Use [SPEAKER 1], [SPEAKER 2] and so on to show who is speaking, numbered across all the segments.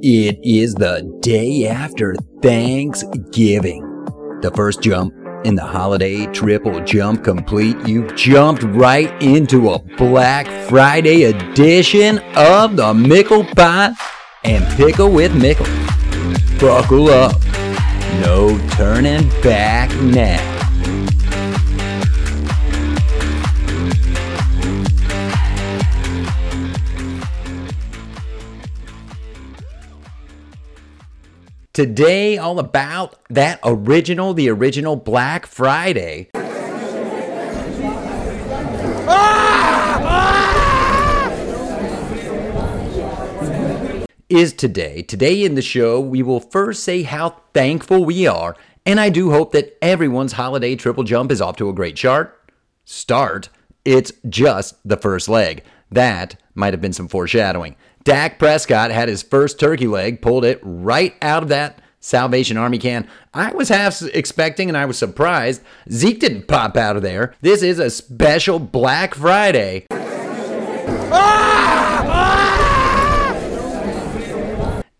[SPEAKER 1] It is the day after Thanksgiving. The first jump in the holiday triple jump complete. You've jumped right into a Black Friday edition of the Mickle Pot and Pickle with Mickle. Buckle up. No turning back now. Today, all about that original, the original Black Friday. Is today. Today in the show, we will first say how thankful we are, and I do hope that everyone's holiday triple jump is off to a great start. Start. It's just the first leg. That might have been some foreshadowing. Dak Prescott had his first turkey leg, pulled it right out of that Salvation Army can. I was half expecting and I was surprised. Zeke didn't pop out of there. This is a special Black Friday.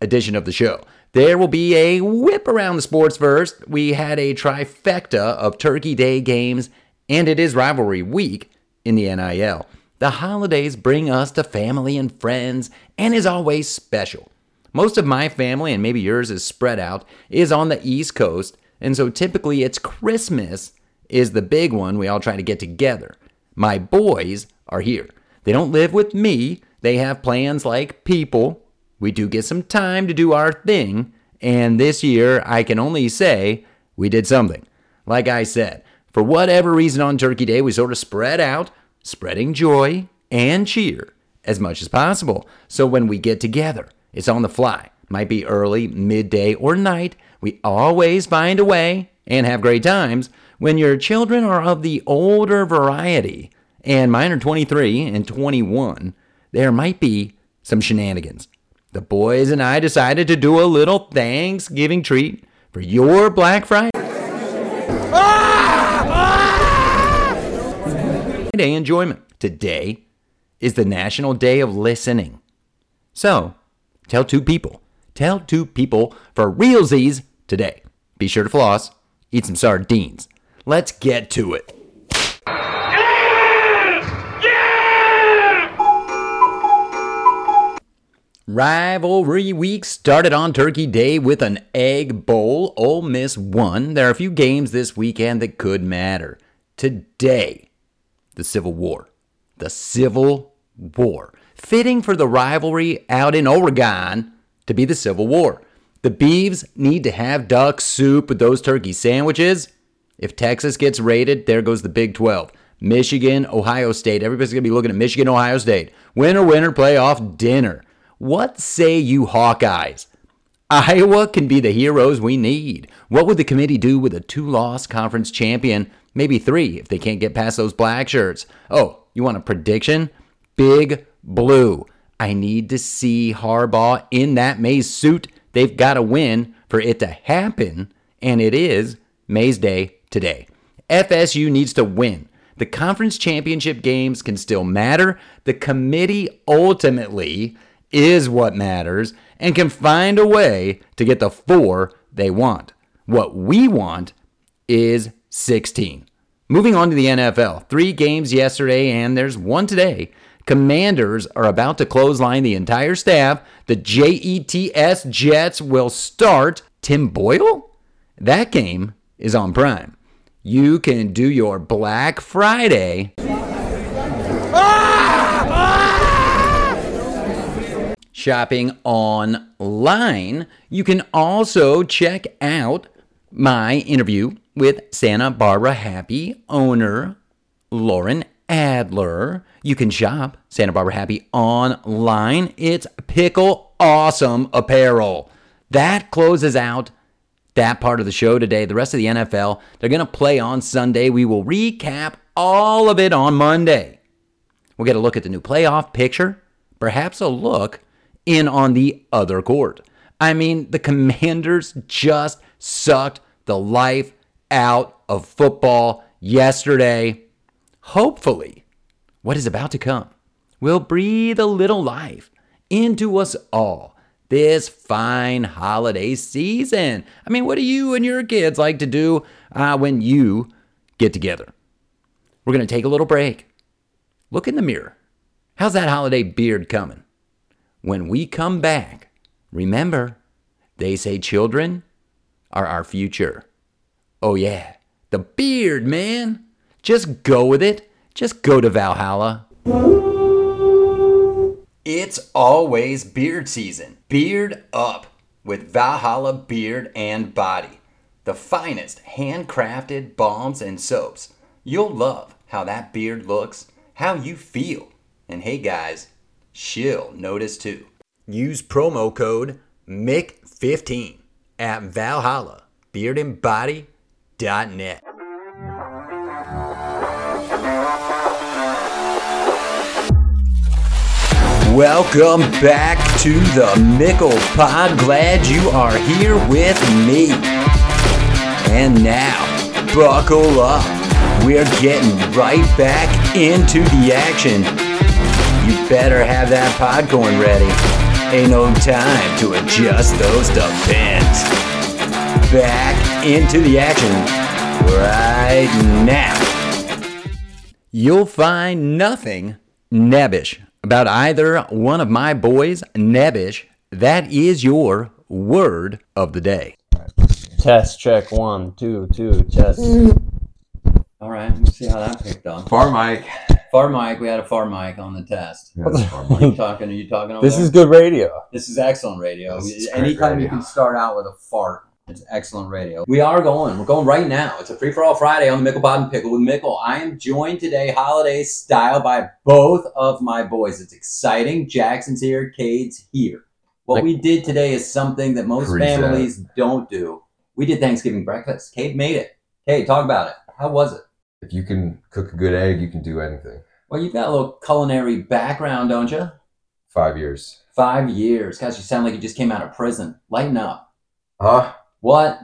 [SPEAKER 1] edition of the show. There will be a whip around the sports first. We had a trifecta of Turkey Day games, and it is rivalry week in the NIL. The holidays bring us to family and friends and is always special. Most of my family, and maybe yours is spread out, is on the East Coast, and so typically it's Christmas is the big one we all try to get together. My boys are here. They don't live with me, they have plans like people. We do get some time to do our thing, and this year I can only say we did something. Like I said, for whatever reason on Turkey Day, we sort of spread out, spreading joy and cheer as much as possible. So when we get together, it's on the fly. Might be early, midday, or night. We always find a way and have great times when your children are of the older variety. And mine are 23 and 21. There might be some shenanigans. The boys and I decided to do a little Thanksgiving treat for your Black Friday. Friday enjoyment. Today is the National Day of Listening. So, tell two people. Tell two people for realsies today. Be sure to floss, eat some sardines. Let's get to it. Rivalry week started on Turkey Day with an egg bowl. Ole Miss won. There are a few games this weekend that could matter. Today, the Civil War. The Civil War. Fitting for the rivalry out in Oregon to be the Civil War. The Beeves need to have duck soup with those turkey sandwiches. If Texas gets raided, there goes the Big 12. Michigan, Ohio State. Everybody's going to be looking at Michigan, Ohio State. Winner, winner, playoff dinner. What say you, Hawkeyes? Iowa can be the heroes we need. What would the committee do with a two loss conference champion? Maybe three if they can't get past those black shirts. Oh, you want a prediction? Big blue. I need to see Harbaugh in that Mays suit. They've got to win for it to happen, and it is Mays Day today. FSU needs to win. The conference championship games can still matter. The committee ultimately is what matters and can find a way to get the four they want. What we want is 16. Moving on to the NFL, three games yesterday and there's one today. Commanders are about to clothesline the entire staff. The JETS Jets will start Tim Boyle? That game is on Prime. You can do your Black Friday shopping online. You can also check out my interview with Santa Barbara Happy owner Lauren Adler. You can shop Santa Barbara Happy online. It's Pickle Awesome Apparel. That closes out that part of the show today. The rest of the NFL, they're going to play on Sunday. We will recap all of it on Monday. We'll get a look at the new playoff picture, perhaps a look in on the other court. I mean, the commanders just sucked the life out of football yesterday. Hopefully, what is about to come will breathe a little life into us all. this fine holiday season. I mean, what do you and your kids like to do uh, when you get together? We're going to take a little break. Look in the mirror. How's that holiday beard coming? When we come back, remember, they say children are our future. Oh, yeah, the beard, man. Just go with it. Just go to Valhalla. It's always beard season. Beard up with Valhalla Beard and Body. The finest handcrafted balms and soaps. You'll love how that beard looks, how you feel. And hey guys, she'll notice too. Use promo code MIC15 at Valhalla Beard and Body.net. Welcome back to the Mickle Pod. Glad you are here with me. And now, buckle up. We're getting right back into the action. You better have that popcorn ready. Ain't no time to adjust those defense. Back into the action right now you'll find nothing nebbish about either one of my boys, nebbish. That is your word of the day.
[SPEAKER 2] Test check one, two, two, test. All right, let's see how that picked up.
[SPEAKER 3] Bar mic.
[SPEAKER 1] Far mic, we had a far mic on the test. Are you talking? Are you talking over
[SPEAKER 2] This
[SPEAKER 1] there?
[SPEAKER 2] is good radio.
[SPEAKER 1] this is excellent radio.
[SPEAKER 3] This is great
[SPEAKER 1] Anytime you
[SPEAKER 3] radio.
[SPEAKER 1] can start out with a fart, it's excellent radio. We are going. We're going right now. It's a free for all Friday on the Mickle Bob and Pickle with Mickle. I am joined today, holiday style, by both of my boys. It's exciting. Jackson's here. Cade's here. What we did today is something that most
[SPEAKER 3] Present.
[SPEAKER 1] families don't do. We did Thanksgiving breakfast. Cade made it. Cade, talk about it. How was it?
[SPEAKER 3] If you can cook a good egg, you can do anything.
[SPEAKER 1] Well, you've got a little culinary background, don't you?
[SPEAKER 3] Five years.
[SPEAKER 1] Five years. Gosh, you sound like you just came out of prison. Lighten up.
[SPEAKER 3] Huh?
[SPEAKER 1] What?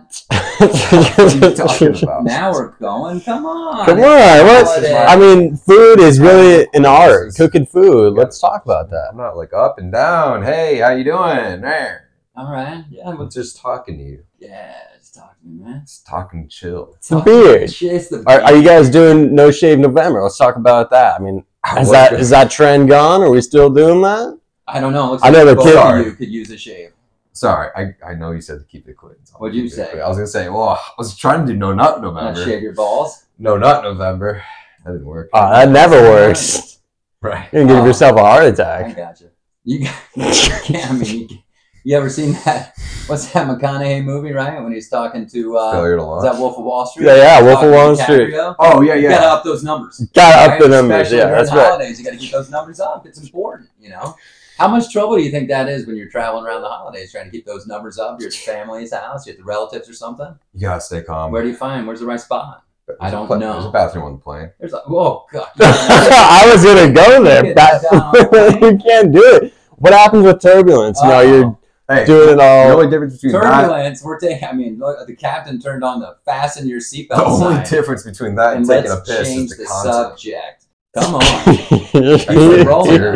[SPEAKER 3] What are you talking
[SPEAKER 2] Come
[SPEAKER 3] about?
[SPEAKER 1] Now we're going. Come on.
[SPEAKER 2] on, what?
[SPEAKER 1] Holiday.
[SPEAKER 2] I mean, food is really an art.
[SPEAKER 3] This is-
[SPEAKER 2] Cooking food. Let's talk about that.
[SPEAKER 3] I'm not like up and down. Hey, how you doing? Eh.
[SPEAKER 1] All right. Yeah.
[SPEAKER 3] I'm
[SPEAKER 1] Well,
[SPEAKER 3] just talking to you.
[SPEAKER 1] yeah. Just talking, man.
[SPEAKER 3] Just talking chill.
[SPEAKER 2] It's a beard.
[SPEAKER 1] It's the
[SPEAKER 2] Are, are you guys doing No Shave November? Let's talk about that. I mean, is that is that trend gone? Are we still doing that?
[SPEAKER 1] I don't know. It looks
[SPEAKER 2] I know
[SPEAKER 1] like
[SPEAKER 2] the
[SPEAKER 1] both
[SPEAKER 2] kid-
[SPEAKER 1] of you could use a shave.
[SPEAKER 3] Sorry, I, I know you said to keep it quick. So I'll
[SPEAKER 1] What'd you
[SPEAKER 3] keep it
[SPEAKER 1] say? Oh,
[SPEAKER 3] quick. I was gonna say, well, I was trying to do no nut
[SPEAKER 1] Not
[SPEAKER 3] November.
[SPEAKER 1] shave your balls.
[SPEAKER 3] No nut November. That didn't work.
[SPEAKER 2] Oh, that never works.
[SPEAKER 3] right.
[SPEAKER 2] You're gonna
[SPEAKER 1] Oh.
[SPEAKER 2] give yourself a heart
[SPEAKER 1] I
[SPEAKER 2] attack.
[SPEAKER 1] gotcha. You. Yeah. I mean, you, you ever seen that? What's that McConaughey movie? Right when he's talking to. Uh,
[SPEAKER 3] Failure to
[SPEAKER 1] is
[SPEAKER 3] launch.
[SPEAKER 1] that Wolf of Wall Street?
[SPEAKER 2] Yeah, yeah, Wolf of
[SPEAKER 1] Talking to
[SPEAKER 2] Wall Street.
[SPEAKER 1] DiCaprio?
[SPEAKER 3] oh yeah,
[SPEAKER 1] You
[SPEAKER 3] yeah.
[SPEAKER 1] gotta up those numbers.
[SPEAKER 2] Gotta up
[SPEAKER 1] Right?
[SPEAKER 2] the numbers.
[SPEAKER 1] Especially
[SPEAKER 2] Yeah,
[SPEAKER 1] during
[SPEAKER 2] that's right.
[SPEAKER 1] Holidays, you gotta keep those numbers up. It's important, you know. How much trouble do you think that is when you're traveling around the holidays trying to keep those numbers up? You're at family's house, you're at the relatives or something.
[SPEAKER 3] You gotta stay calm.
[SPEAKER 1] Where do you find? Where's the right spot?
[SPEAKER 3] There's
[SPEAKER 1] I
[SPEAKER 3] a
[SPEAKER 1] don't
[SPEAKER 3] pla-
[SPEAKER 1] know.
[SPEAKER 3] There's a bathroom on the plane.
[SPEAKER 1] There's a oh god.
[SPEAKER 2] I was gonna go there, but you can't do it. What happens with turbulence? You know, you're
[SPEAKER 3] Hey,
[SPEAKER 2] doing it
[SPEAKER 3] the
[SPEAKER 2] all.
[SPEAKER 3] only difference between that
[SPEAKER 1] Turbulence. We're taking. I mean, look, the captain turned on the fasten your seatbelt
[SPEAKER 3] The only
[SPEAKER 1] sign.
[SPEAKER 3] difference between that
[SPEAKER 1] and
[SPEAKER 3] and, taking a
[SPEAKER 1] let's
[SPEAKER 3] piss
[SPEAKER 1] change
[SPEAKER 3] is
[SPEAKER 1] the,
[SPEAKER 3] the, concept.
[SPEAKER 1] subject. Come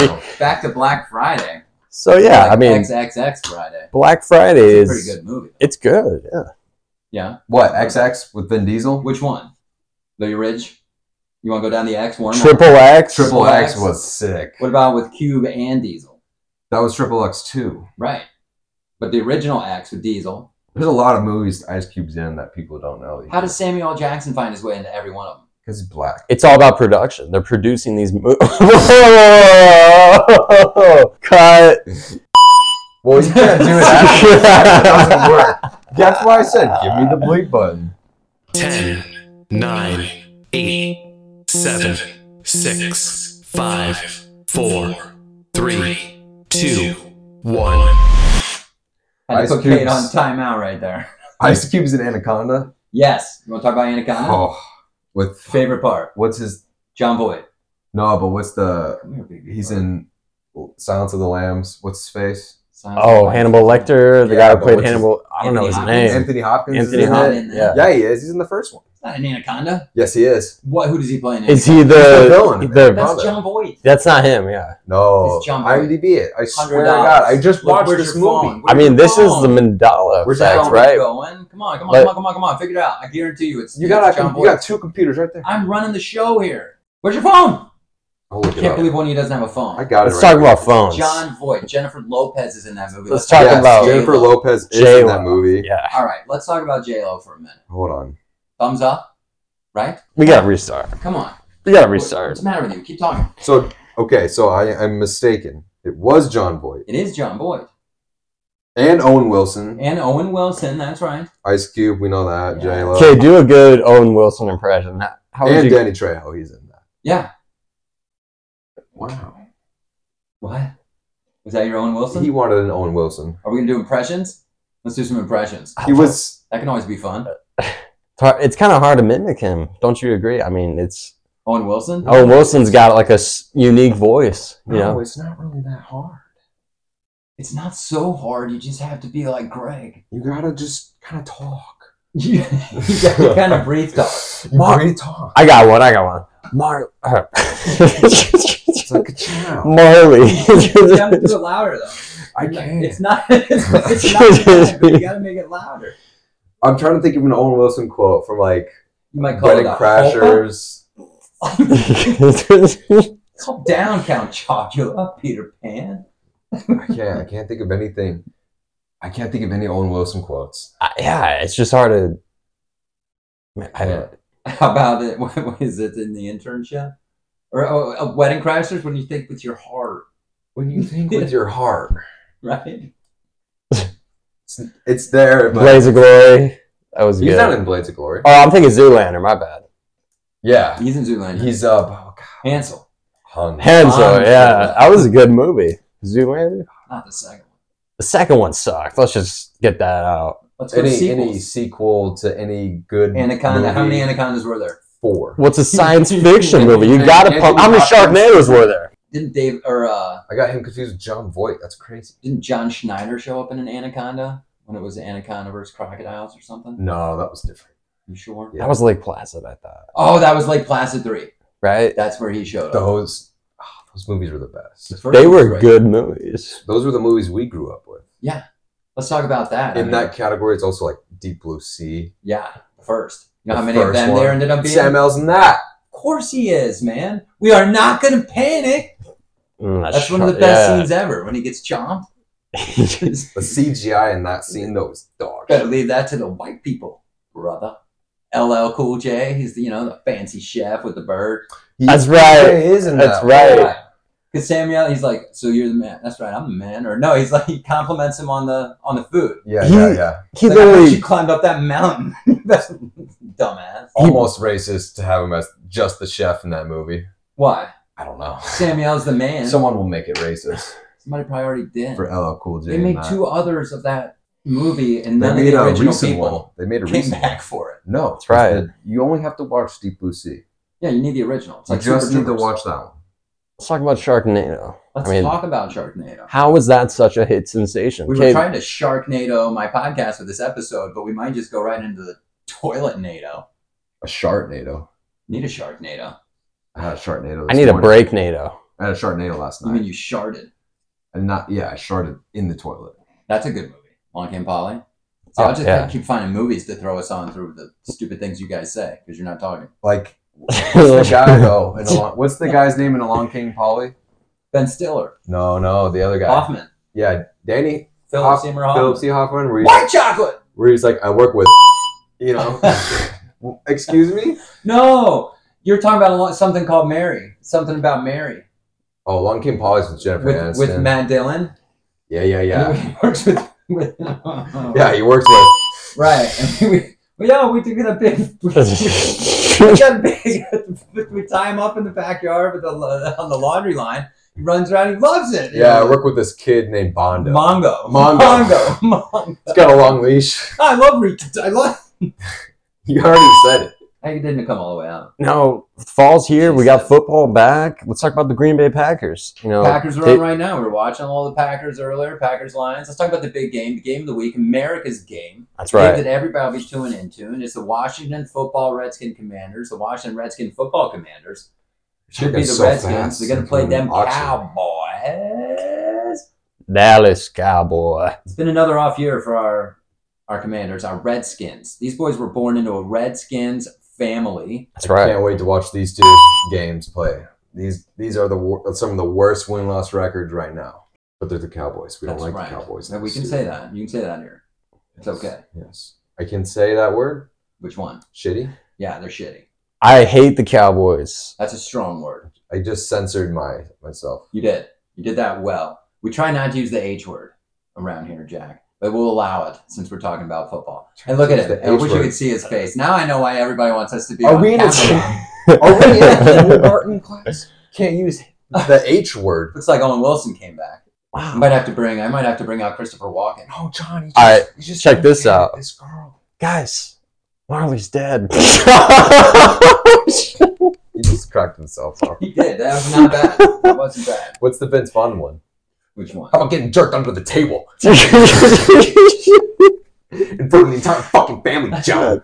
[SPEAKER 1] on, back to Black Friday.
[SPEAKER 2] so yeah,
[SPEAKER 1] Like
[SPEAKER 2] I mean,
[SPEAKER 1] XXX Friday.
[SPEAKER 2] Black Friday
[SPEAKER 1] It's a pretty
[SPEAKER 2] is
[SPEAKER 1] good movie.
[SPEAKER 2] it's good. Yeah,
[SPEAKER 1] Yeah.
[SPEAKER 3] what XX with Vin Diesel?
[SPEAKER 1] Which one? Louis Ridge. You want to go down the X one?
[SPEAKER 2] triple X.
[SPEAKER 3] Triple X
[SPEAKER 1] X.
[SPEAKER 3] was sick.
[SPEAKER 1] What about with Cube and Diesel?
[SPEAKER 3] That was Triple X two.
[SPEAKER 1] Right. But the original X with Diesel.
[SPEAKER 3] There's a lot of movies Ice Cube's in that people don't know.
[SPEAKER 1] How does Samuel L. Jackson find his way into every one of them?
[SPEAKER 3] because he's black?
[SPEAKER 2] It's all about production. They're producing these movies. Cut.
[SPEAKER 3] Well, you can't do that. that doesn't work. That's why I said, give me the bleep button.
[SPEAKER 4] 10, 9, 8, 7, 6, 5, 4, 3, 2, 1.
[SPEAKER 1] I
[SPEAKER 3] Ice
[SPEAKER 1] put Kate on
[SPEAKER 3] Cube's-
[SPEAKER 1] timeout right there.
[SPEAKER 3] Ice Cube's in Anaconda.
[SPEAKER 1] Yes. You want to talk about Anaconda?
[SPEAKER 3] Oh, with
[SPEAKER 1] Favorite part?
[SPEAKER 3] what's his?
[SPEAKER 1] John Voight.
[SPEAKER 3] No, but what's the?
[SPEAKER 1] Come here, baby.
[SPEAKER 3] He's in Silence of the Lambs. What's his face?
[SPEAKER 1] Silence of
[SPEAKER 2] Oh,
[SPEAKER 1] the
[SPEAKER 2] Hannibal
[SPEAKER 1] Lambs.
[SPEAKER 2] Lecter, the
[SPEAKER 3] Yeah,
[SPEAKER 2] guy
[SPEAKER 3] but
[SPEAKER 2] who played
[SPEAKER 3] what's his-
[SPEAKER 2] Hannibal. I don't know his
[SPEAKER 1] Anthony Hopkins.
[SPEAKER 2] name.
[SPEAKER 3] Anthony Hopkins.
[SPEAKER 2] Anthony
[SPEAKER 3] is in it?
[SPEAKER 2] Hopkins. Yeah.
[SPEAKER 3] Yeah, he is. He's in the first one.
[SPEAKER 5] It's not an anaconda.
[SPEAKER 3] Yes, he is.
[SPEAKER 5] What? Who does he play in?
[SPEAKER 2] Is he
[SPEAKER 3] the
[SPEAKER 2] the,
[SPEAKER 3] villain.
[SPEAKER 2] the-
[SPEAKER 5] That's
[SPEAKER 3] brother?
[SPEAKER 5] John Voight.
[SPEAKER 2] That's not him. Yeah.
[SPEAKER 3] No,
[SPEAKER 5] It's John Voight.
[SPEAKER 3] IMDb it. I swear to
[SPEAKER 5] $100.
[SPEAKER 3] God, I just
[SPEAKER 5] Look,
[SPEAKER 3] watched
[SPEAKER 5] where's
[SPEAKER 3] this
[SPEAKER 5] your
[SPEAKER 3] movie.
[SPEAKER 5] phone?
[SPEAKER 2] I
[SPEAKER 5] Where's
[SPEAKER 2] mean,
[SPEAKER 5] your
[SPEAKER 2] this is
[SPEAKER 5] phone?
[SPEAKER 2] the mandala
[SPEAKER 3] Where's
[SPEAKER 5] Where's your
[SPEAKER 2] effect,
[SPEAKER 5] phone
[SPEAKER 2] right?
[SPEAKER 5] Going? Come on, come on,
[SPEAKER 2] But-
[SPEAKER 5] come on, come on, come on. Figure it out. I guarantee you, it's
[SPEAKER 3] You
[SPEAKER 5] it's
[SPEAKER 3] got a,
[SPEAKER 5] John
[SPEAKER 3] you
[SPEAKER 5] Voight.
[SPEAKER 3] got two computers right there.
[SPEAKER 5] I'm running the show here. Where's your phone?
[SPEAKER 3] I'll look
[SPEAKER 5] I
[SPEAKER 3] it
[SPEAKER 5] can't
[SPEAKER 3] up.
[SPEAKER 5] believe one of you doesn't have a phone.
[SPEAKER 3] I got it.
[SPEAKER 2] Let's
[SPEAKER 3] right
[SPEAKER 2] talk
[SPEAKER 3] here.
[SPEAKER 2] about phones.
[SPEAKER 5] John Voight. Jennifer Lopez is in that movie.
[SPEAKER 2] Let's talk
[SPEAKER 3] Yes,
[SPEAKER 2] about-
[SPEAKER 3] Jennifer
[SPEAKER 5] J-Lo.
[SPEAKER 3] Lopez is in
[SPEAKER 2] J-Lo.
[SPEAKER 3] that movie.
[SPEAKER 2] Yeah.
[SPEAKER 5] All right, let's talk about J Lo for a minute.
[SPEAKER 3] Hold on.
[SPEAKER 5] Thumbs up, right?
[SPEAKER 2] We gotta restart.
[SPEAKER 5] Come on.
[SPEAKER 2] We gotta
[SPEAKER 5] What- What's
[SPEAKER 2] restart.
[SPEAKER 5] the matter with you? Keep talking.
[SPEAKER 3] So okay, so I, I'm mistaken. It was John Boyd
[SPEAKER 5] It is John Boyd
[SPEAKER 3] and Owen Wilson,
[SPEAKER 5] and Owen Wilson. That's right.
[SPEAKER 3] Ice Cube. We know that
[SPEAKER 5] Yeah.
[SPEAKER 3] J Lo
[SPEAKER 2] Okay, do a good Owen Wilson impression. How- How would
[SPEAKER 3] and
[SPEAKER 2] you?
[SPEAKER 3] Danny Trejo. He's in that.
[SPEAKER 5] Yeah.
[SPEAKER 3] Wow.
[SPEAKER 5] What? Was that your Owen Wilson?
[SPEAKER 3] He wanted an Owen Wilson.
[SPEAKER 5] Are we gonna do impressions? Let's do some impressions.
[SPEAKER 3] He was.
[SPEAKER 5] That can always be fun.
[SPEAKER 2] It's hard- It's kind of hard to mimic him. Don't you agree? I mean, it's
[SPEAKER 5] Owen Wilson.
[SPEAKER 2] Owen Wilson's got like a s- unique voice. You know,
[SPEAKER 3] it's not really that hard.
[SPEAKER 5] It's not so hard. You just have to be like Greg.
[SPEAKER 3] You gotta just kind of talk.
[SPEAKER 5] You, you gotta kind of breathe talk.
[SPEAKER 3] Mark, you talk.
[SPEAKER 2] I got one. I got one. Mar-
[SPEAKER 3] It's like a channel.
[SPEAKER 2] Marley.
[SPEAKER 5] You gotta do it louder though.
[SPEAKER 3] I can't.
[SPEAKER 5] It's not. It's, it's not bad, but you gotta make it louder.
[SPEAKER 3] I'm trying to think of an Owen Wilson quote from like
[SPEAKER 5] You might call
[SPEAKER 3] Wedding
[SPEAKER 5] it a
[SPEAKER 3] Crashers.
[SPEAKER 5] Calm down, Count Chocula, Peter Pan.
[SPEAKER 3] I can't. I can't think of anything. I can't think of any Owen Wilson quotes.
[SPEAKER 2] I- yeah, it's just hard to. Man, I don't.
[SPEAKER 5] How about it? What, what is it in the internship? Or oh, uh, Wedding Crashers when you think with your heart,
[SPEAKER 3] When you think with your heart,
[SPEAKER 5] right?
[SPEAKER 3] it's, it's there. But
[SPEAKER 2] Blaze of Glory. That was
[SPEAKER 3] he's
[SPEAKER 2] good.
[SPEAKER 3] not in Blades of Glory.
[SPEAKER 2] oh, I'm thinking Zoolander. My bad.
[SPEAKER 3] Yeah,
[SPEAKER 5] He's in Zoolander.
[SPEAKER 3] he's uh, oh, God,
[SPEAKER 5] Hansel,
[SPEAKER 3] hung.
[SPEAKER 2] Hansel.
[SPEAKER 5] Hans.
[SPEAKER 2] yeah, that was a good movie. Zoolander.
[SPEAKER 5] not the second one.
[SPEAKER 2] The second one sucked. Let's just get that out.
[SPEAKER 5] Let's go to
[SPEAKER 3] Any
[SPEAKER 5] sequels.
[SPEAKER 3] any sequel to any good
[SPEAKER 5] Anaconda. How many
[SPEAKER 3] movie?
[SPEAKER 5] anacondas were there?
[SPEAKER 3] Four.
[SPEAKER 2] What's a science fiction movie? You gotta pump. How many Sharknadoes were there?
[SPEAKER 5] Didn't Dave or uh,
[SPEAKER 3] I got him confused with John Voight. That's crazy.
[SPEAKER 5] didn't John Schneider show up in an anaconda when it was Anaconda versus Crocodiles or something?
[SPEAKER 3] No, that was different.
[SPEAKER 5] You sure?
[SPEAKER 3] Yeah.
[SPEAKER 2] That was Lake Placid, I thought.
[SPEAKER 5] Oh, that was Lake Placid three.
[SPEAKER 2] Right?
[SPEAKER 5] That's where he showed up.
[SPEAKER 3] Those ah, those movies were the best.
[SPEAKER 5] The first
[SPEAKER 2] They
[SPEAKER 5] one was
[SPEAKER 2] were
[SPEAKER 5] great.
[SPEAKER 2] good movies.
[SPEAKER 3] Those were the movies we grew up with.
[SPEAKER 5] Let's talk about that. I
[SPEAKER 3] In
[SPEAKER 5] mean,
[SPEAKER 3] that category, it's also like Deep Blue Sea.
[SPEAKER 5] yeah, first. You know how
[SPEAKER 3] The
[SPEAKER 5] many of
[SPEAKER 3] first
[SPEAKER 5] them
[SPEAKER 3] one.
[SPEAKER 5] there ended up being?
[SPEAKER 3] Sam L's in that.
[SPEAKER 5] Of course he is, man. We are not going to panic.
[SPEAKER 2] Mm,
[SPEAKER 5] That's one of the best scenes ever when he gets chomped.
[SPEAKER 2] scenes.
[SPEAKER 3] The CGI in that scene though was dog.
[SPEAKER 5] Better leave that to the white people, brother. LL Cool J, he's the, you know, the fancy chef with the bird.
[SPEAKER 3] He-
[SPEAKER 2] That's right.
[SPEAKER 3] He is in
[SPEAKER 2] That's
[SPEAKER 3] that.
[SPEAKER 2] right.
[SPEAKER 5] Yeah. Cause Samuel, he's like, so you're the man. That's right, I'm the man. Or no, he's like, he compliments him on the on the food.
[SPEAKER 3] Yeah,
[SPEAKER 2] He-
[SPEAKER 3] yeah, yeah.
[SPEAKER 2] He
[SPEAKER 5] Like, "I heard
[SPEAKER 2] literally.
[SPEAKER 5] you climbed up that mountain. That's dumbass.
[SPEAKER 3] Almost racist to have him as just the chef in that movie.
[SPEAKER 5] Why?
[SPEAKER 3] I don't know.
[SPEAKER 5] Samuel's the man.
[SPEAKER 3] Someone will make it racist
[SPEAKER 5] Somebody probably already did.
[SPEAKER 3] for LL Cool J.
[SPEAKER 5] They
[SPEAKER 3] and
[SPEAKER 5] made
[SPEAKER 3] that.
[SPEAKER 5] two others of that movie, and
[SPEAKER 3] They
[SPEAKER 5] none of
[SPEAKER 3] made
[SPEAKER 5] the
[SPEAKER 3] a
[SPEAKER 5] original
[SPEAKER 3] recent
[SPEAKER 5] people
[SPEAKER 3] one. They made a
[SPEAKER 5] came
[SPEAKER 3] recent.
[SPEAKER 5] back for it.
[SPEAKER 3] No,
[SPEAKER 2] That's right.
[SPEAKER 3] it's the- you only have to watch Deep Blue Sea.
[SPEAKER 5] Yeah, you need the original. It's
[SPEAKER 3] You
[SPEAKER 5] like
[SPEAKER 3] just
[SPEAKER 5] Super
[SPEAKER 3] need to
[SPEAKER 5] Troopers.
[SPEAKER 3] watch that one.
[SPEAKER 2] Let's talk about Sharknado.
[SPEAKER 5] Let's
[SPEAKER 2] I mean,
[SPEAKER 5] talk about Sharknado.
[SPEAKER 2] how was that such a hit sensation?
[SPEAKER 5] We were
[SPEAKER 2] Okay,
[SPEAKER 5] trying to Sharknado my podcast with this episode, but we might just go right into the toilet NATO.
[SPEAKER 3] A Sharknado.
[SPEAKER 5] Need a Sharknado?
[SPEAKER 3] I had a Sharknado.
[SPEAKER 2] I
[SPEAKER 3] this
[SPEAKER 2] need a
[SPEAKER 3] morning.
[SPEAKER 2] break, NATO.
[SPEAKER 3] I had a Sharknado last
[SPEAKER 5] You
[SPEAKER 3] night.
[SPEAKER 5] mean you sharded?
[SPEAKER 3] and not yeah, I sharded in the toilet.
[SPEAKER 5] That's a good movie. Long Came Polly. So
[SPEAKER 2] Oh,
[SPEAKER 5] I'll just
[SPEAKER 2] yeah.
[SPEAKER 5] keep finding movies to throw us on through the stupid things you guys say because you're not talking.
[SPEAKER 3] Like what's the guy though? In Along, what's the guy's name in Along King Polly?
[SPEAKER 5] Ben Stiller,
[SPEAKER 3] No, no, the other guy.
[SPEAKER 5] Hoffman,
[SPEAKER 3] Yeah, Danny
[SPEAKER 5] Philip
[SPEAKER 3] Hoff-
[SPEAKER 5] Seymour Hoffman,
[SPEAKER 3] Philip C. Hoffman. Where he's,
[SPEAKER 5] White Chocolate.
[SPEAKER 3] where he's like, I work with, you know. Excuse me.
[SPEAKER 5] No, you're talking about a lot, something called Mary. Something about Mary
[SPEAKER 3] Oh, Along King Polly's with Jennifer
[SPEAKER 5] with,
[SPEAKER 3] Aniston.
[SPEAKER 5] with Matt Dillon.
[SPEAKER 3] Yeah, yeah,
[SPEAKER 5] And
[SPEAKER 3] yeah.
[SPEAKER 5] he works with, with yeah.
[SPEAKER 3] Yeah, he works with.
[SPEAKER 5] Right. And we, we, yeah, we took it a big. We got big. We tie him up in the backyard with the, la- on the laundry line. He runs around. He loves it. you
[SPEAKER 3] Yeah, I
[SPEAKER 5] know.
[SPEAKER 3] work with this kid named Bondo.
[SPEAKER 5] Mongo.
[SPEAKER 3] Mongo.
[SPEAKER 5] Mongo. Mongo.
[SPEAKER 3] He's got a long leash.
[SPEAKER 5] I love. re- I love.
[SPEAKER 3] You already said it.
[SPEAKER 5] I didn't come all the way out.
[SPEAKER 2] Now fall's here. We got football back. Let's talk about the Green Bay Packers. You know,
[SPEAKER 5] Packers are
[SPEAKER 2] they-
[SPEAKER 5] on right now. We were watching all the Packers earlier, Packers Lions. Let's talk about the big game, the game of the week, America's game.
[SPEAKER 2] that's
[SPEAKER 5] game
[SPEAKER 2] right.
[SPEAKER 5] that everybody will be tuning into, and it's the Washington Football Redskin Commanders, the Washington Redskin Football Commanders. Should be the Redskins. They're going to play
[SPEAKER 3] Mm-hmm.
[SPEAKER 5] them Cowboys.
[SPEAKER 2] Dallas Cowboy.
[SPEAKER 5] It's been another off year for our our commanders, our Redskins. These boys were born into a Redskins family.
[SPEAKER 2] That's right.
[SPEAKER 3] Can't wait to watch these two games play. These these are the wor- some of the worst win loss records right now. But they're the Cowboys. We
[SPEAKER 5] That's
[SPEAKER 3] don't like
[SPEAKER 5] right.
[SPEAKER 3] the Cowboys.
[SPEAKER 5] Now, we
[SPEAKER 3] next
[SPEAKER 5] can
[SPEAKER 3] year.
[SPEAKER 5] say that. You can say that here. It's
[SPEAKER 3] Yes.
[SPEAKER 5] okay.
[SPEAKER 3] Yes, I can say that word.
[SPEAKER 5] Which one?
[SPEAKER 3] Shitty.
[SPEAKER 5] Yeah, they're shitty.
[SPEAKER 2] I hate the Cowboys.
[SPEAKER 5] That's a strong word.
[SPEAKER 3] I just censored my myself.
[SPEAKER 5] You did. You did that well. We try not to use the H word around here, Jack, but we'll allow it since we're talking about football. And look at
[SPEAKER 3] It's
[SPEAKER 5] it.
[SPEAKER 3] the
[SPEAKER 5] I wish you
[SPEAKER 3] H-word.
[SPEAKER 5] could see his face. Now I know why everybody wants us to be.
[SPEAKER 3] Are
[SPEAKER 5] on
[SPEAKER 3] we in a-
[SPEAKER 5] camera.
[SPEAKER 3] Are we in a kindergarten class? Can't use the H word.
[SPEAKER 5] Looks like Owen Wilson came back. I
[SPEAKER 2] Wow.
[SPEAKER 5] might have to bring. I might have to bring out Christopher Walken.
[SPEAKER 3] Oh, Johnny.
[SPEAKER 2] All right, check this out.
[SPEAKER 3] This girl.
[SPEAKER 2] Guys, Marley's dead.
[SPEAKER 3] He just cracked himself up.
[SPEAKER 5] He did. That was not bad. That wasn't bad.
[SPEAKER 3] What's the Vince Vaughn one?
[SPEAKER 5] Which one?
[SPEAKER 3] How about getting jerked under the table in front of the entire fucking family, John?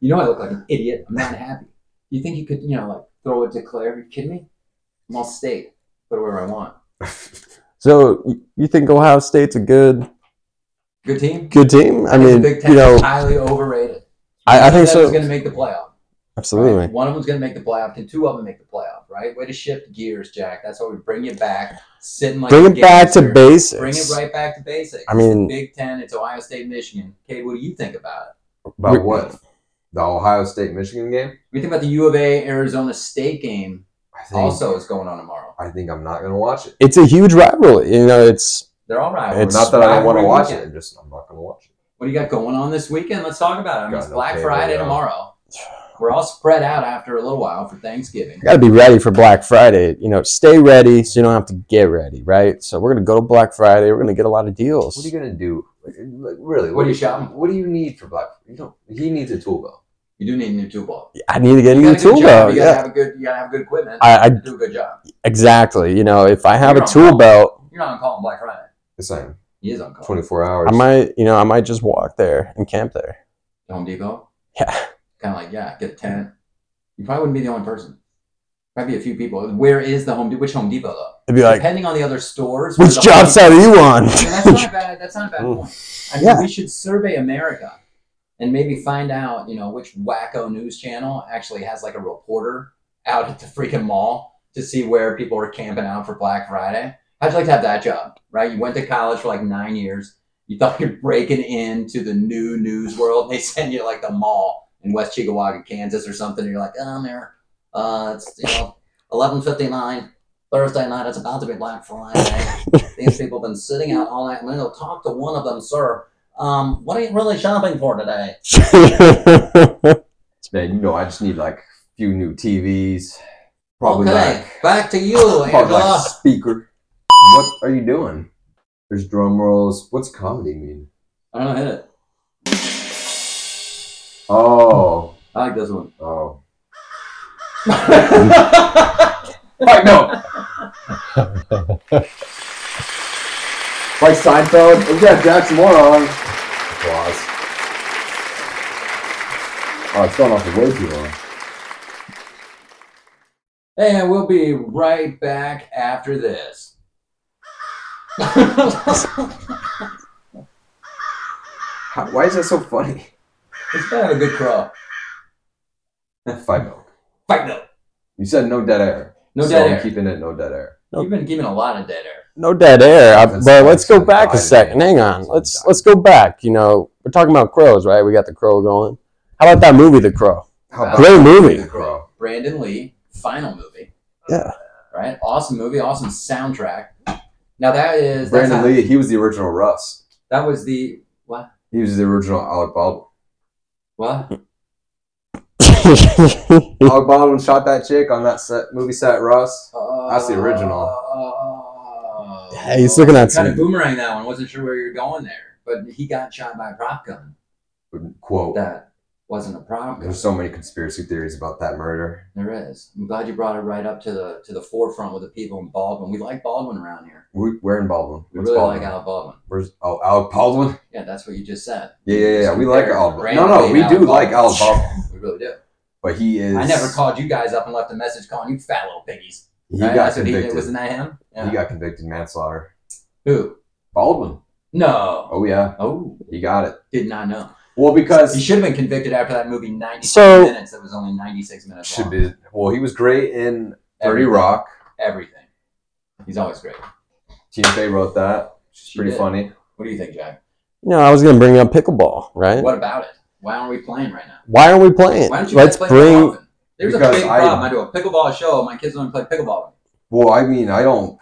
[SPEAKER 5] You know I look like an idiot. I'm not happy. You think you could, you know, like throw it to Claire? Are you kidding me? I'm all state. Put it wherever I want.
[SPEAKER 2] so y- you think Ohio State's a good
[SPEAKER 5] Good team.
[SPEAKER 2] good team? I mean,
[SPEAKER 5] Big Ten
[SPEAKER 2] you know,
[SPEAKER 5] is highly overrated.
[SPEAKER 2] I, I think
[SPEAKER 5] Who's going
[SPEAKER 2] so.
[SPEAKER 5] to make the playoff? Right?
[SPEAKER 2] Absolutely.
[SPEAKER 5] One of them's going to make the playoff. Can two of them make the playoff? Right? Way to shift gears, Jack. That's why we bring you back. Sitting like
[SPEAKER 2] Bring
[SPEAKER 5] a
[SPEAKER 2] it back to
[SPEAKER 5] gangster.
[SPEAKER 2] basics.
[SPEAKER 5] Bring it right back to basics.
[SPEAKER 2] I mean-
[SPEAKER 5] Big Ten. It's Ohio State, Michigan. Cade, what do you think about it?
[SPEAKER 2] We-
[SPEAKER 3] About what? The Ohio State Michigan game.
[SPEAKER 5] What do you think about the U of A Arizona State game?
[SPEAKER 3] I think.
[SPEAKER 5] Also, is going on tomorrow.
[SPEAKER 3] I think I'm not gonna watch it.
[SPEAKER 2] It's a huge rivalry. You know, it's
[SPEAKER 5] They're all right.
[SPEAKER 2] It's-
[SPEAKER 3] not that I don't want to
[SPEAKER 5] Rivalry
[SPEAKER 3] watch it.
[SPEAKER 5] weekend.
[SPEAKER 3] I'm just I'm not gonna watch it.
[SPEAKER 5] What do you got going on this weekend? Let's talk about it. I mean,
[SPEAKER 3] Got
[SPEAKER 5] it's
[SPEAKER 3] no
[SPEAKER 5] Black
[SPEAKER 3] cable,
[SPEAKER 5] Friday
[SPEAKER 3] yeah.
[SPEAKER 5] tomorrow. We're all spread out after a little while for Thanksgiving.
[SPEAKER 2] got to be ready for Black Friday. You know, stay ready so you don't have to get ready, right? So we're gonna go to Black Friday. We're gonna get a lot of deals.
[SPEAKER 3] What are you gonna do? Like, like, really?
[SPEAKER 5] What are you shopping?
[SPEAKER 3] What do you need for Black? You don't. He needs a tool belt.
[SPEAKER 5] You do need a new two ball.
[SPEAKER 2] I need to get a
[SPEAKER 5] You
[SPEAKER 2] new
[SPEAKER 5] got a good
[SPEAKER 2] tool
[SPEAKER 5] job.
[SPEAKER 2] belt.
[SPEAKER 5] You gotta
[SPEAKER 2] Yeah,
[SPEAKER 5] have a good. You gotta have good equipment.
[SPEAKER 2] I, I
[SPEAKER 5] to do a good job.
[SPEAKER 2] exactly. You know, if I have
[SPEAKER 5] You're
[SPEAKER 2] a
[SPEAKER 5] on
[SPEAKER 2] tool
[SPEAKER 5] call.
[SPEAKER 2] belt,
[SPEAKER 5] You're not on call on Black Friday.
[SPEAKER 3] The same.
[SPEAKER 5] He is on call.
[SPEAKER 3] 24 Oh. hours.
[SPEAKER 2] I might, you know, I might just walk there and camp there.
[SPEAKER 5] Home Depot.
[SPEAKER 2] Yeah,
[SPEAKER 5] Kind of like yeah, get a tenant. You probably wouldn't be the only person. Might be a few people. Where is the Home Depot? Which Home Depot though?
[SPEAKER 2] it'd be like,
[SPEAKER 5] Depending on the other stores. where
[SPEAKER 2] which
[SPEAKER 5] the
[SPEAKER 2] job
[SPEAKER 5] Home
[SPEAKER 2] site are you on?
[SPEAKER 5] I mean, that's not a bad. That's not a bad
[SPEAKER 2] Mm.
[SPEAKER 5] point. I mean,
[SPEAKER 2] Yeah.
[SPEAKER 5] we should survey America and maybe find out, you know, which wacko news channel actually has like a reporter out at the freaking mall to see where people are camping out for Black Friday. How'd you like to have that job, right? You went to college for like nine years. You thought you're breaking into the new news world. They send you to, like the mall in West Chickawaga, Kansas, or something. And you're like, oh, there. Uh, it's you know, eleven fifty nine Thursday night. It's about to be Black Friday. These people have been sitting out all night, and then they'll talk to one of them, sir. Um, what are you really shopping for today?
[SPEAKER 3] Man, you know, I just need like a few new TVs. Probably
[SPEAKER 5] okay,
[SPEAKER 3] like,
[SPEAKER 5] back to you,
[SPEAKER 3] probably like
[SPEAKER 5] Angela.
[SPEAKER 3] a speaker. What are you doing? There's drum rolls. What's comedy mean?
[SPEAKER 5] I don't know, hit it.
[SPEAKER 3] Oh,
[SPEAKER 5] I like this one.
[SPEAKER 3] oh.
[SPEAKER 5] Right, no.
[SPEAKER 3] Like Seinfeld. We got Jack's moron. Applause. Oh, it's gone off for way too long.
[SPEAKER 5] And we'll be right back after this. it's
[SPEAKER 3] How, why is that so funny?
[SPEAKER 5] kind of a good crow.
[SPEAKER 3] Five milk.
[SPEAKER 5] Fight no.
[SPEAKER 3] You said no dead air.
[SPEAKER 5] No
[SPEAKER 3] so
[SPEAKER 5] dead
[SPEAKER 3] I'm
[SPEAKER 5] air.
[SPEAKER 3] keeping it no dead air.
[SPEAKER 5] You've been giving a lot of dead air.
[SPEAKER 2] no dead air, I,
[SPEAKER 3] That's-
[SPEAKER 2] but let's go
[SPEAKER 3] that's
[SPEAKER 2] back a
[SPEAKER 3] diving.
[SPEAKER 2] second. Hang on, let's let's go back. You know, we're talking about crows, right? We got the crow going. How about that movie, The Crow?
[SPEAKER 3] How
[SPEAKER 2] Great movie.
[SPEAKER 3] Crow?
[SPEAKER 5] Brandon Lee, final movie.
[SPEAKER 2] Yeah.
[SPEAKER 5] Right? Awesome movie, awesome soundtrack. Now that is that's
[SPEAKER 3] Brandon
[SPEAKER 5] not-
[SPEAKER 3] Lee, he was the original Russ.
[SPEAKER 5] That was the what?
[SPEAKER 3] He was the original Alec Baldwin.
[SPEAKER 5] What?
[SPEAKER 3] Alec Baldwin shot that chick on that set, movie set, Russ. That's the original.
[SPEAKER 5] Oh.
[SPEAKER 2] Yeah, he's looking at
[SPEAKER 5] kind
[SPEAKER 2] some-
[SPEAKER 5] of boomerang that one. Wasn't sure where you were going there, but he got shot by a prop gun.
[SPEAKER 3] Quote.
[SPEAKER 5] That wasn't a problem.
[SPEAKER 3] There's so many conspiracy theories about that murder.
[SPEAKER 5] There is. I'm glad you brought it right up to the to the forefront with the people in Baldwin. We like Baldwin around here.
[SPEAKER 3] We, we're in Baldwin.
[SPEAKER 5] We
[SPEAKER 3] What's
[SPEAKER 5] really
[SPEAKER 3] Baldwin?
[SPEAKER 5] like Alec Baldwin.
[SPEAKER 3] Where's oh Alec Baldwin?
[SPEAKER 5] Yeah, that's what you just said.
[SPEAKER 3] Yeah, yeah, yeah.
[SPEAKER 5] So
[SPEAKER 3] We like
[SPEAKER 5] very
[SPEAKER 3] Alec. Baldwin. No,
[SPEAKER 5] randomly
[SPEAKER 3] no, we
[SPEAKER 5] Alec
[SPEAKER 3] do
[SPEAKER 5] Baldwin.
[SPEAKER 3] like Alec Baldwin,
[SPEAKER 5] We really do.
[SPEAKER 3] but he is.
[SPEAKER 5] I never called you guys up and left a message calling you fat little piggies.
[SPEAKER 3] He
[SPEAKER 5] Right?
[SPEAKER 3] got
[SPEAKER 5] that's what he
[SPEAKER 3] convicted.
[SPEAKER 5] did. Wasn't that him? Yeah.
[SPEAKER 3] He got convicted manslaughter.
[SPEAKER 5] Who?
[SPEAKER 3] Baldwin.
[SPEAKER 5] No.
[SPEAKER 3] Oh yeah,
[SPEAKER 5] Oh,
[SPEAKER 3] he got it.
[SPEAKER 5] did not know.
[SPEAKER 3] Well,
[SPEAKER 5] He
[SPEAKER 3] because
[SPEAKER 5] should have been convicted after that movie 96
[SPEAKER 2] So-
[SPEAKER 5] minutes. That was only 96 minutes.
[SPEAKER 3] should
[SPEAKER 5] long.
[SPEAKER 3] be. Well, he was great in Thirty
[SPEAKER 5] Everything.
[SPEAKER 3] Rock.
[SPEAKER 5] Everything. He's always great.
[SPEAKER 3] Tina Fey wrote that. She's
[SPEAKER 5] She
[SPEAKER 3] pretty
[SPEAKER 5] did.
[SPEAKER 3] funny.
[SPEAKER 5] What do you think, Jack?
[SPEAKER 2] No, I was gonna bring up pickleball, right?
[SPEAKER 5] What about it? Why aren't we playing right now?
[SPEAKER 2] Why aren't we playing?
[SPEAKER 5] Why don't you
[SPEAKER 2] Let's
[SPEAKER 5] guys play more
[SPEAKER 2] bring.
[SPEAKER 5] often? There's a
[SPEAKER 3] Because
[SPEAKER 5] big
[SPEAKER 3] I-
[SPEAKER 5] problem. I do a pickleball show. My kids don't play pickleball.
[SPEAKER 3] Well, I mean, I don't.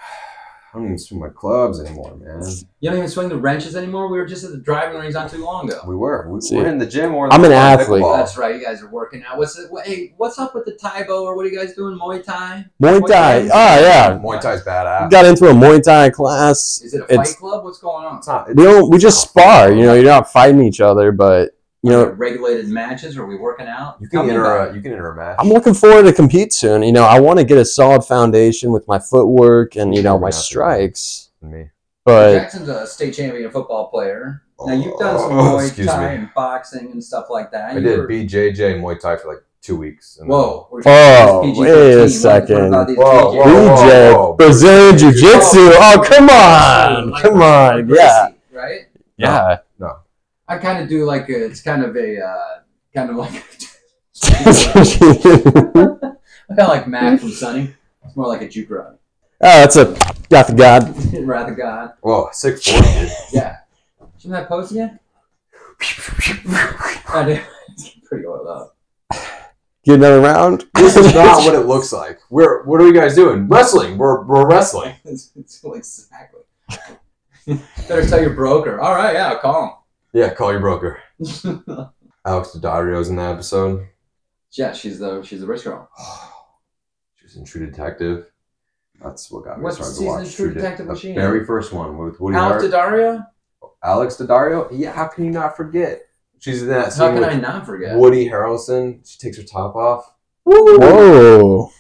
[SPEAKER 3] I don't even swing my clubs anymore, man.
[SPEAKER 5] You don't even swing the wrenches anymore. We were just at the driving range not too long ago.
[SPEAKER 3] We were. We,
[SPEAKER 2] See.
[SPEAKER 3] we're in the gym. Or
[SPEAKER 2] I'm an athlete. Well-
[SPEAKER 5] That's right. You guys are working out. What's it, what, hey? What's up with the Taibo or what are you guys doing? Muay Thai?
[SPEAKER 2] Muay Thai. Oh yeah,
[SPEAKER 3] Muay Thai's badass.
[SPEAKER 2] got into a Muay Thai class.
[SPEAKER 5] Is it a fight
[SPEAKER 2] It's-
[SPEAKER 5] club? What's going on?
[SPEAKER 3] It's not.
[SPEAKER 2] We don't. We just spar. You know, you're not fighting each other, but you
[SPEAKER 5] Are
[SPEAKER 2] know,
[SPEAKER 5] there regulated matches? Or are we working out?
[SPEAKER 3] You
[SPEAKER 5] Tell
[SPEAKER 3] can
[SPEAKER 5] me
[SPEAKER 3] enter.
[SPEAKER 5] about it.
[SPEAKER 3] A, you can enter a match.
[SPEAKER 2] I'm looking forward to compete soon. You know, I want to get a solid foundation with my footwork and you know my strikes.
[SPEAKER 3] me.
[SPEAKER 2] But
[SPEAKER 5] Jackson's a state champion football player. Now you've done
[SPEAKER 3] Oh,
[SPEAKER 5] some Muay
[SPEAKER 3] excuse
[SPEAKER 5] Thai
[SPEAKER 3] me.
[SPEAKER 5] and boxing and stuff like that.
[SPEAKER 3] I
[SPEAKER 5] You
[SPEAKER 3] did
[SPEAKER 5] were-
[SPEAKER 3] BJJ Muay Thai for like two weeks. and then-
[SPEAKER 5] Whoa. we're-
[SPEAKER 2] Oh,
[SPEAKER 5] it's
[SPEAKER 2] wait a
[SPEAKER 5] PG-13. What- What
[SPEAKER 2] second.
[SPEAKER 5] about these
[SPEAKER 3] Whoa,
[SPEAKER 5] PG?
[SPEAKER 3] whoa, whoa.
[SPEAKER 2] BJ
[SPEAKER 3] whoa.
[SPEAKER 2] Brazilian Jiu Jitsu. Oh come on,
[SPEAKER 5] Like,
[SPEAKER 2] come on,
[SPEAKER 5] Gracie,
[SPEAKER 2] yeah,
[SPEAKER 5] Right.
[SPEAKER 2] yeah.
[SPEAKER 5] I kind of do like a, it's kind of a uh, kind of like
[SPEAKER 2] oh,
[SPEAKER 5] I kind of like Mac from Sunny. It's more like a juke rod.
[SPEAKER 2] Oh, that's a got the god.
[SPEAKER 5] Rather God.
[SPEAKER 3] Whoa, six four.
[SPEAKER 5] Yeah. Shouldn't that post again? I do. It's pretty oiled up.
[SPEAKER 2] Get another round.
[SPEAKER 3] this is not what it looks like. We're what are you guys doing? Wrestling. We're we're wrestling.
[SPEAKER 5] It's, it's exactly. Better tell your broker. All right. Yeah. Call
[SPEAKER 3] Yeah, call your broker.
[SPEAKER 5] him.
[SPEAKER 3] Alex Daddario's in that episode.
[SPEAKER 5] Yeah, she's the she's the rich girl.
[SPEAKER 3] She was in True Detective. That's what got me
[SPEAKER 5] What
[SPEAKER 3] started to
[SPEAKER 5] season
[SPEAKER 3] watch
[SPEAKER 5] of True
[SPEAKER 3] De-
[SPEAKER 5] Detective was she
[SPEAKER 3] The
[SPEAKER 5] in?
[SPEAKER 3] very first one with Woody
[SPEAKER 5] Alex
[SPEAKER 3] Harrelson.
[SPEAKER 5] Daddario?
[SPEAKER 3] Alex Daddario. Yeah, how can you not forget? She's in that
[SPEAKER 5] How
[SPEAKER 3] scene
[SPEAKER 5] can I
[SPEAKER 3] with
[SPEAKER 5] not forget?
[SPEAKER 3] Woody Harrelson. She takes her top off.
[SPEAKER 2] Whoa.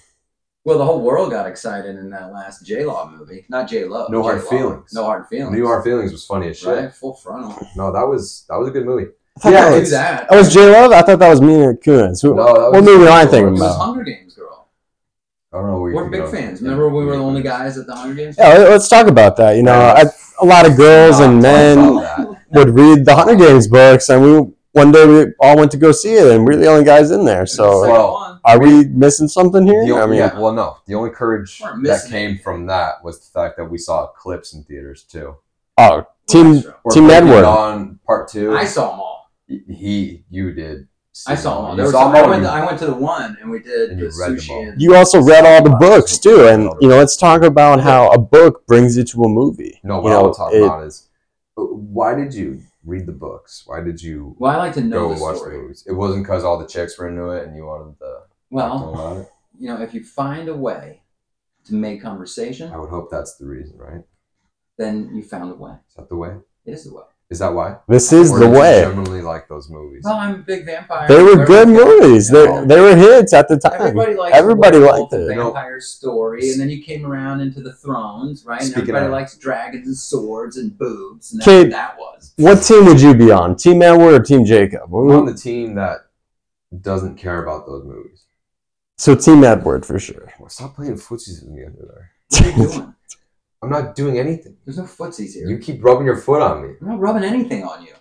[SPEAKER 5] Well, the whole world got excited in that last J Law movie. Not J Law.
[SPEAKER 3] No Hard
[SPEAKER 5] J-Law.
[SPEAKER 3] Feelings.
[SPEAKER 5] No hard feelings.
[SPEAKER 3] New Hard Feelings was funny as shit.
[SPEAKER 5] Right, full frontal.
[SPEAKER 3] No, that was that was a good movie.
[SPEAKER 2] I thought
[SPEAKER 3] Yeah,
[SPEAKER 2] that
[SPEAKER 5] Do
[SPEAKER 2] was,
[SPEAKER 5] that.
[SPEAKER 2] that was J Love. I thought that was Mia Kunis. Who,
[SPEAKER 3] No, that
[SPEAKER 2] what
[SPEAKER 3] was-
[SPEAKER 2] movie am I
[SPEAKER 5] It
[SPEAKER 2] thinking
[SPEAKER 5] was
[SPEAKER 3] Wow.
[SPEAKER 2] about?
[SPEAKER 5] Hunger Games girl.
[SPEAKER 3] I don't know where
[SPEAKER 5] We're
[SPEAKER 3] you
[SPEAKER 5] big
[SPEAKER 3] go.
[SPEAKER 5] fans. Remember we were the only guys at the Hunger Games?
[SPEAKER 2] Yeah, let- let's talk about that. You know, I, a lot of girls and men would read the Hunger Games books, and we one day we all went to go see it, and we're the only guys in there.
[SPEAKER 5] Second
[SPEAKER 2] So
[SPEAKER 3] well,
[SPEAKER 5] one.
[SPEAKER 2] are we missing something
[SPEAKER 3] The
[SPEAKER 2] here?
[SPEAKER 3] only,
[SPEAKER 2] I mean,
[SPEAKER 3] yeah, well, no. The only courage
[SPEAKER 5] We're
[SPEAKER 3] that
[SPEAKER 5] missing
[SPEAKER 3] came from that was the fact that we saw clips in theaters too.
[SPEAKER 2] oh, team.
[SPEAKER 5] Retro.
[SPEAKER 3] Or
[SPEAKER 2] Team
[SPEAKER 3] Breaking
[SPEAKER 2] Edward.
[SPEAKER 3] Dawn Part Two.
[SPEAKER 5] I saw them all.
[SPEAKER 3] y- he, you did.
[SPEAKER 5] I saw them all.
[SPEAKER 3] You
[SPEAKER 5] There was,
[SPEAKER 3] saw
[SPEAKER 5] I,
[SPEAKER 3] them all.
[SPEAKER 5] went to,
[SPEAKER 3] you-
[SPEAKER 5] I went to the one and we did
[SPEAKER 3] And
[SPEAKER 5] the
[SPEAKER 3] you read them all.
[SPEAKER 5] sushi and
[SPEAKER 2] You also read all the books too, and you know, let's talk about how a book brings you to a movie.
[SPEAKER 3] No,
[SPEAKER 2] you
[SPEAKER 3] what I
[SPEAKER 2] know,
[SPEAKER 3] was talking
[SPEAKER 2] it-
[SPEAKER 3] about is uh, why did you read the books? Why did you
[SPEAKER 5] well, I like to know
[SPEAKER 3] go
[SPEAKER 5] the
[SPEAKER 3] and watch
[SPEAKER 5] story.
[SPEAKER 3] the movies? It wasn't because all the chicks were into it and you wanted the.
[SPEAKER 5] Well,
[SPEAKER 3] about it.
[SPEAKER 5] you know, if you find a way to make conversation,
[SPEAKER 3] I would hope that's the reason, right?
[SPEAKER 5] then you found a way.
[SPEAKER 3] Is that the way?
[SPEAKER 5] It is the way.
[SPEAKER 3] Is that why?
[SPEAKER 2] This is
[SPEAKER 3] Or
[SPEAKER 2] the
[SPEAKER 3] did you
[SPEAKER 2] way.
[SPEAKER 3] Generally, like those movies.
[SPEAKER 5] Well, I'm a big vampire.
[SPEAKER 2] They were good movies. They
[SPEAKER 5] Yeah.
[SPEAKER 2] they were hits at the time.
[SPEAKER 5] Everybody likes
[SPEAKER 2] Everybody liked
[SPEAKER 5] werewolf
[SPEAKER 2] it.
[SPEAKER 5] and
[SPEAKER 3] You know-
[SPEAKER 5] Vampire story, and then you came around into the thrones, right? And
[SPEAKER 3] Speaking
[SPEAKER 5] everybody
[SPEAKER 3] of-
[SPEAKER 5] likes dragons and swords and boobs, and that's
[SPEAKER 2] Kid-
[SPEAKER 5] what that was.
[SPEAKER 2] What team would you be on? Team Edward or Team Jacob?
[SPEAKER 3] I'm on the team that doesn't care about those movies.
[SPEAKER 2] So Team Edward for sure.
[SPEAKER 3] Well, stop playing footsies with me under there.
[SPEAKER 5] What are you doing?
[SPEAKER 3] I'm not doing anything.
[SPEAKER 5] There's no footsies here.
[SPEAKER 3] You keep rubbing your foot on me.
[SPEAKER 5] I'm not rubbing anything on you.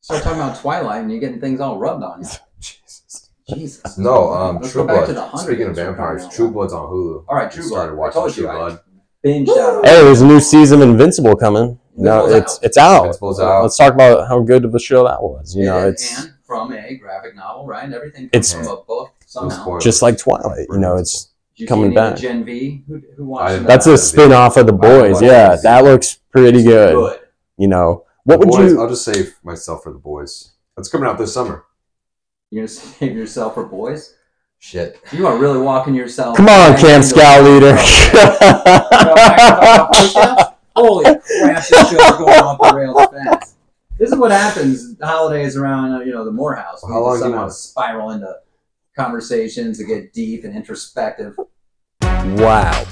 [SPEAKER 5] Start talking about Twilight, and you're getting things all rubbed on you.
[SPEAKER 3] Jesus.
[SPEAKER 5] Jesus.
[SPEAKER 3] No, um,
[SPEAKER 5] Let's
[SPEAKER 3] True
[SPEAKER 5] go back to the
[SPEAKER 3] Blood.
[SPEAKER 5] Hunger
[SPEAKER 3] Speaking of
[SPEAKER 5] Games, we're
[SPEAKER 3] vampires,
[SPEAKER 5] crying out
[SPEAKER 3] True
[SPEAKER 5] loud.
[SPEAKER 3] Blood's on Hulu.
[SPEAKER 5] All right,
[SPEAKER 3] I
[SPEAKER 5] True
[SPEAKER 3] started
[SPEAKER 5] Blood. I
[SPEAKER 3] watching
[SPEAKER 5] told you.
[SPEAKER 3] True
[SPEAKER 5] I
[SPEAKER 3] Blood.
[SPEAKER 5] binged out.
[SPEAKER 2] Hey, there's a new season of Invincible coming. No,
[SPEAKER 5] Invincible's
[SPEAKER 2] it's
[SPEAKER 5] out.
[SPEAKER 2] it's out.
[SPEAKER 3] Invincible's out.
[SPEAKER 2] Let's talk about how good of a show that was. You know,
[SPEAKER 5] It
[SPEAKER 2] it's
[SPEAKER 5] is, and from a graphic novel, right? And everything
[SPEAKER 2] It's-
[SPEAKER 5] comes from a book
[SPEAKER 3] No
[SPEAKER 5] somehow.
[SPEAKER 3] spoilers.
[SPEAKER 2] just like Twilight. You know, it's
[SPEAKER 5] Did you see
[SPEAKER 2] coming
[SPEAKER 5] any of
[SPEAKER 2] back.
[SPEAKER 5] the Gen V. Who, who
[SPEAKER 3] I-
[SPEAKER 5] watched?
[SPEAKER 2] that's a spin off of The Boys. Yeah, that looks pretty good. You know, what
[SPEAKER 3] The
[SPEAKER 2] would
[SPEAKER 3] boys,
[SPEAKER 2] you?
[SPEAKER 3] I'll just save myself for the boys. That's coming out this summer.
[SPEAKER 5] You're gonna save yourself for boys.
[SPEAKER 3] Shit.
[SPEAKER 5] You are really walking yourself.
[SPEAKER 2] Come on,
[SPEAKER 5] right
[SPEAKER 2] Camp
[SPEAKER 5] into-
[SPEAKER 2] Scout Leader.
[SPEAKER 5] Holy crap! This show's going off the rails fast. This is what happens holidays around, uh, you know, the Morehouse. We
[SPEAKER 3] How long do you
[SPEAKER 5] somehow
[SPEAKER 3] want?
[SPEAKER 5] spiral into conversations that get deep and introspective.
[SPEAKER 1] Wow.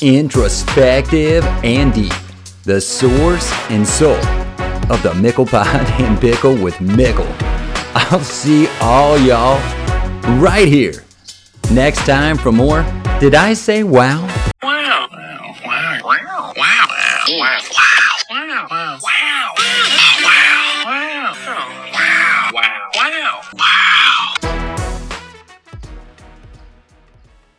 [SPEAKER 1] Introspective and deep. The source and soul of the Mickle Pod and Pickle with Mickle. I'll see all y'all right here next time for more. Did I say wow?